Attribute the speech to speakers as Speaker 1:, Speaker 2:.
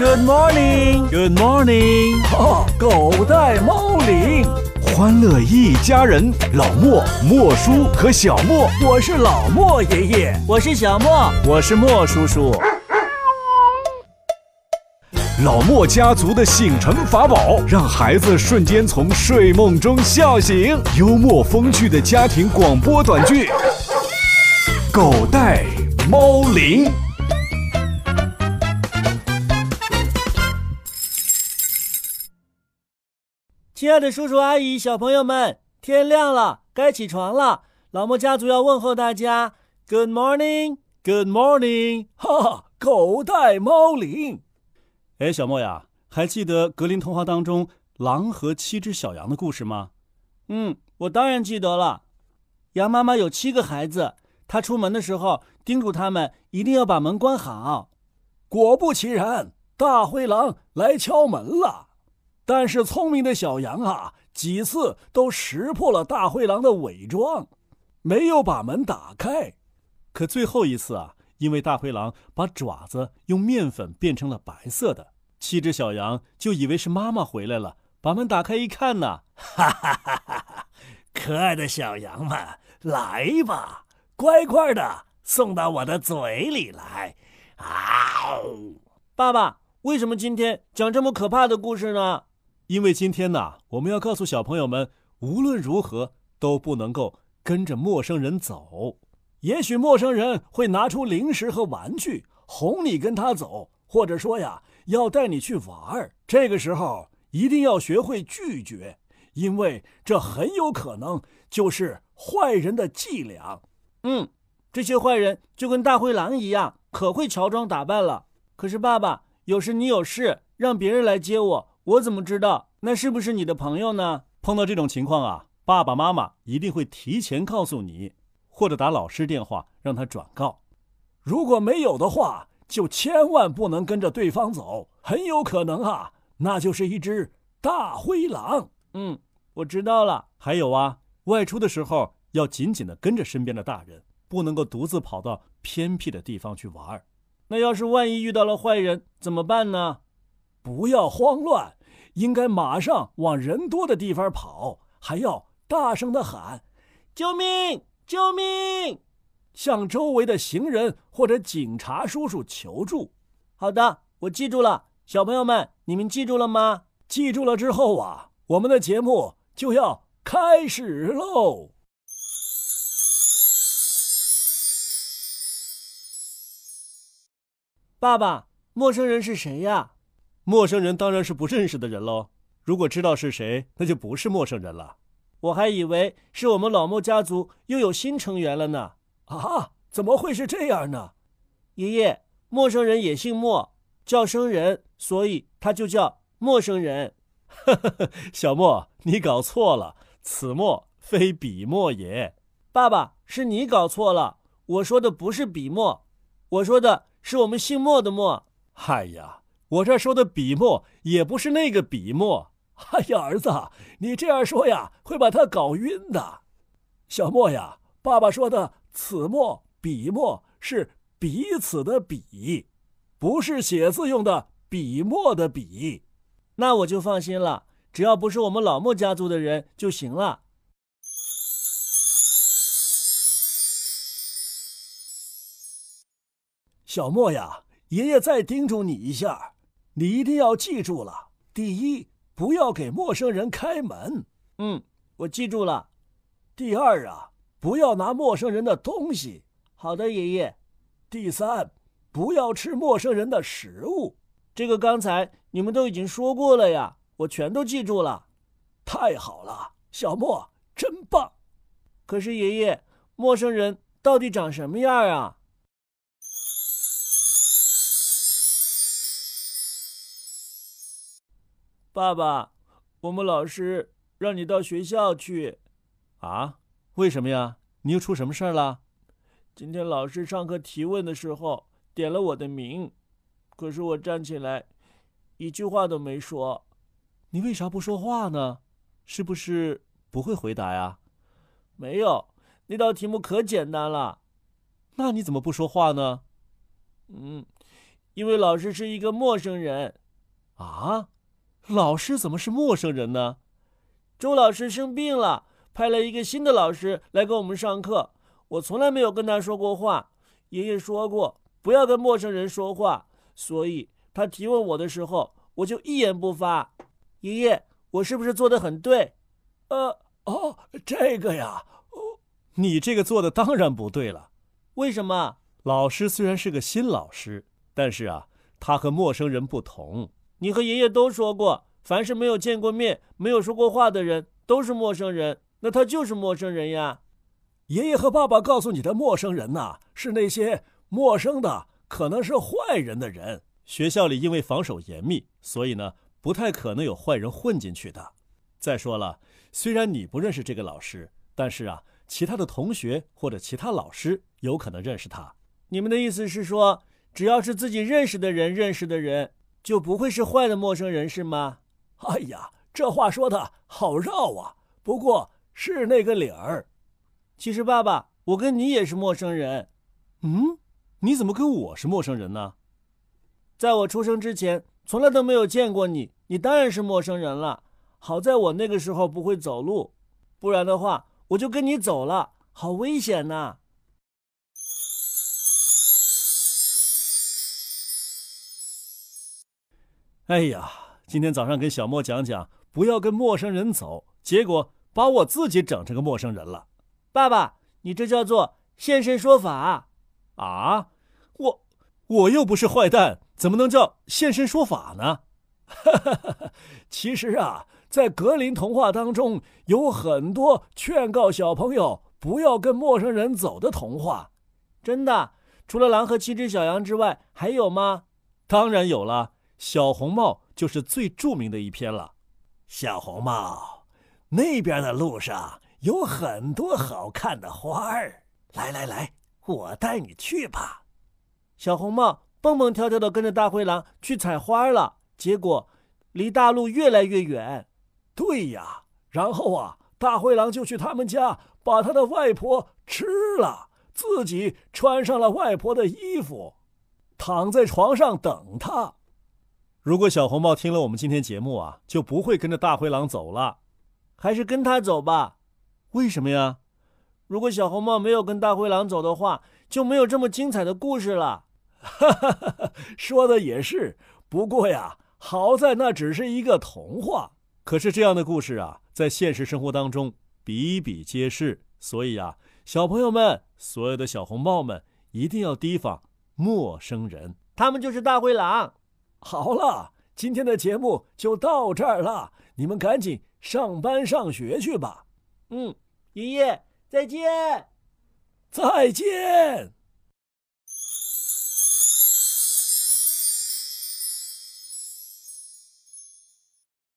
Speaker 1: morning, Good morning。
Speaker 2: 哦，狗带猫铃，
Speaker 1: 欢乐一家人，老莫、莫叔和小莫，
Speaker 2: 我是老莫爷爷。
Speaker 3: 我是小莫，
Speaker 1: 我是莫叔叔。老莫家族的醒神法宝，让孩子瞬间从睡梦中笑醒。幽默风趣的家庭广播短剧，《狗带猫铃》。
Speaker 3: 亲爱的叔叔阿姨、小朋友们，天亮了，该起床了。老莫家族要问候大家，Good morning，Good morning。
Speaker 2: 哈哈，狗带猫铃。
Speaker 4: 哎，小莫呀，还记得格林童话当中狼和七只小羊的故事吗？
Speaker 3: 嗯，我当然记得了。羊妈妈有七个孩子，她出门的时候叮嘱他们一定要把门关好。
Speaker 2: 果不其然，大灰狼来敲门了。但是聪明的小羊啊，几次都识破了大灰狼的伪装，没有把门打开。
Speaker 4: 可最后一次啊，因为大灰狼把爪子用面粉变成了白色的，七只小羊就以为是妈妈回来了，把门打开一看呐，
Speaker 2: 哈哈哈哈哈！可爱的小羊们，来吧，乖乖的送到我的嘴里来。啊哦！
Speaker 3: 爸爸，为什么今天讲这么可怕的故事呢？
Speaker 4: 因为今天呐、我们要告诉小朋友们，无论如何都不能够跟着陌生人走。
Speaker 2: 也许陌生人会拿出零食和玩具哄你跟他走，或者说呀要带你去玩儿。这个时候一定要学会拒绝，因为这很有可能就是坏人的伎俩。
Speaker 3: 嗯，这些坏人就跟大灰狼一样，可会乔装打扮了。可是爸爸，有时你有事，让别人来接我，我怎么知道那是不是你的朋友呢？
Speaker 4: 碰到这种情况啊，爸爸妈妈一定会提前告诉你，或者打老师电话让他转告。
Speaker 2: 如果没有的话，就千万不能跟着对方走，很有可能啊，那就是一只大灰狼。
Speaker 3: 嗯，我知道了。
Speaker 4: 还有啊，外出的时候要紧紧的跟着身边的大人，不能够独自跑到偏僻的地方去玩儿。
Speaker 3: 那要是万一遇到了坏人怎么办呢？
Speaker 2: 不要慌乱，应该马上往人多的地方跑，还要大声的喊，
Speaker 3: 救命！救命！
Speaker 2: 向周围的行人或者警察叔叔求助。
Speaker 3: 好的，我记住了。小朋友们，你们记住了吗？
Speaker 2: 记住了之后啊，我们的节目就要开始喽。
Speaker 3: 爸爸，陌生人是谁呀？
Speaker 4: 陌生人当然是不认识的人喽。如果知道是谁，那就不是陌生人了。
Speaker 3: 我还以为是我们老莫家族又有新成员了呢。
Speaker 2: 啊，怎么会是这样呢？
Speaker 3: 爷爷，陌生人也姓莫，叫生人，所以他就叫陌生人。
Speaker 4: 小莫，你搞错了，此莫非彼莫也。
Speaker 3: 爸爸，是你搞错了，我说的不是笔墨，我说的是我们姓莫的莫。
Speaker 4: 哎呀，我这说的笔墨也不是那个笔墨。
Speaker 2: 哎呀，儿子，你这样说呀，会把他搞晕的。小莫呀，爸爸说的此墨、彼墨是彼此的彼，不是写字用的笔墨的笔。
Speaker 3: 那我就放心了，只要不是我们老莫家族的人就行了。
Speaker 2: 小莫呀，爷爷再叮嘱你一下，你一定要记住了：第一，不要给陌生人开门；
Speaker 3: 嗯，我记住了。
Speaker 2: 第二啊，不要拿陌生人的东西；
Speaker 3: 好的，爷爷，
Speaker 2: 第三，不要吃陌生人的食物。
Speaker 3: 这个刚才你们都已经说过了呀，我全都记住了。
Speaker 2: 太好了，小莫真棒！
Speaker 3: 可是爷爷，陌生人到底长什么样啊？爸爸，我们老师让你到学校去。
Speaker 4: 啊？为什么呀？你又出什么事儿了？
Speaker 3: 今天老师上课提问的时候点了我的名，可是我站起来，一句话都没说。
Speaker 4: 你为啥不说话呢？是不是不会回答呀？
Speaker 3: 没有，那道题目可简单了。
Speaker 4: 那你怎么不说话呢？
Speaker 3: 嗯，因为老师是一个陌生人，
Speaker 4: 啊，老师怎么是陌生人呢？
Speaker 3: 周老师生病了，派了一个新的老师来给我们上课。我从来没有跟他说过话。爷爷说过不要跟陌生人说话，所以他提问我的时候，我就一言不发。爷爷，我是不是做的很对？
Speaker 2: 呃，哦，这个呀，哦，
Speaker 4: 你这个做的当然不对了。
Speaker 3: 为什么？
Speaker 4: 老师虽然是个新老师，但是啊，他和陌生人不同。
Speaker 3: 你和爷爷都说过，凡是没有见过面、没有说过话的人都是陌生人，那他就是陌生人呀。
Speaker 2: 爷爷和爸爸告诉你的陌生人呐、啊，是那些陌生的，可能是坏人的人。
Speaker 4: 学校里因为防守严密，所以呢，不太可能有坏人混进去的。再说了，虽然你不认识这个老师，但是啊，其他的同学或者其他老师有可能认识他。
Speaker 3: 你们的意思是说，只要是自己认识的人认识的人，就不会是坏的陌生人，是吗？
Speaker 2: 哎呀，这话说的好绕啊！不过是那个理儿。
Speaker 3: 其实，爸爸，我跟你也是陌生人。
Speaker 4: 嗯，你怎么跟我是陌生人呢？
Speaker 3: 在我出生之前，从来都没有见过你，你当然是陌生人了。好在我那个时候不会走路，不然的话，我就跟你走了，好危险呐、啊！
Speaker 4: 哎呀，今天早上跟小莫讲讲，不要跟陌生人走，结果把我自己整成个陌生人了。
Speaker 3: 爸爸，你这叫做现身说法
Speaker 4: 啊！我我又不是坏蛋，怎么能叫现身说法 呢？
Speaker 2: 其实啊，在格林童话当中有很多劝告小朋友不要跟陌生人走的童话，
Speaker 3: 真的。除了狼和七只小羊之外，还有吗？
Speaker 4: 当然有了，小红帽就是最著名的一篇了。
Speaker 2: 小红帽，那边的路上。有很多好看的花儿，来来来，我带你去吧。
Speaker 3: 小红帽蹦蹦跳跳的跟着大灰狼去采花了，结果离大路越来越远。
Speaker 2: 对呀，然后啊，大灰狼就去他们家把他的外婆吃了，自己穿上了外婆的衣服，躺在床上等他。
Speaker 4: 如果小红帽听了我们今天节目啊，就不会跟着大灰狼走了，
Speaker 3: 还是跟他走吧。
Speaker 4: 为什么呀？
Speaker 3: 如果小红帽没有跟大灰狼走的话，就没有这么精彩的故事 了。
Speaker 2: 说的也是，不过呀，好在那只是一个童话。
Speaker 4: 可是这样的故事啊，在现实生活当中比比皆是。所以啊，小朋友们，所有的小红帽们一定要提防陌生人，
Speaker 3: 他们就是大灰狼。
Speaker 2: 好了，今天的节目就到这儿了，你们赶紧上班上学去吧。
Speaker 3: 嗯。爷爷，再见！
Speaker 2: 再见！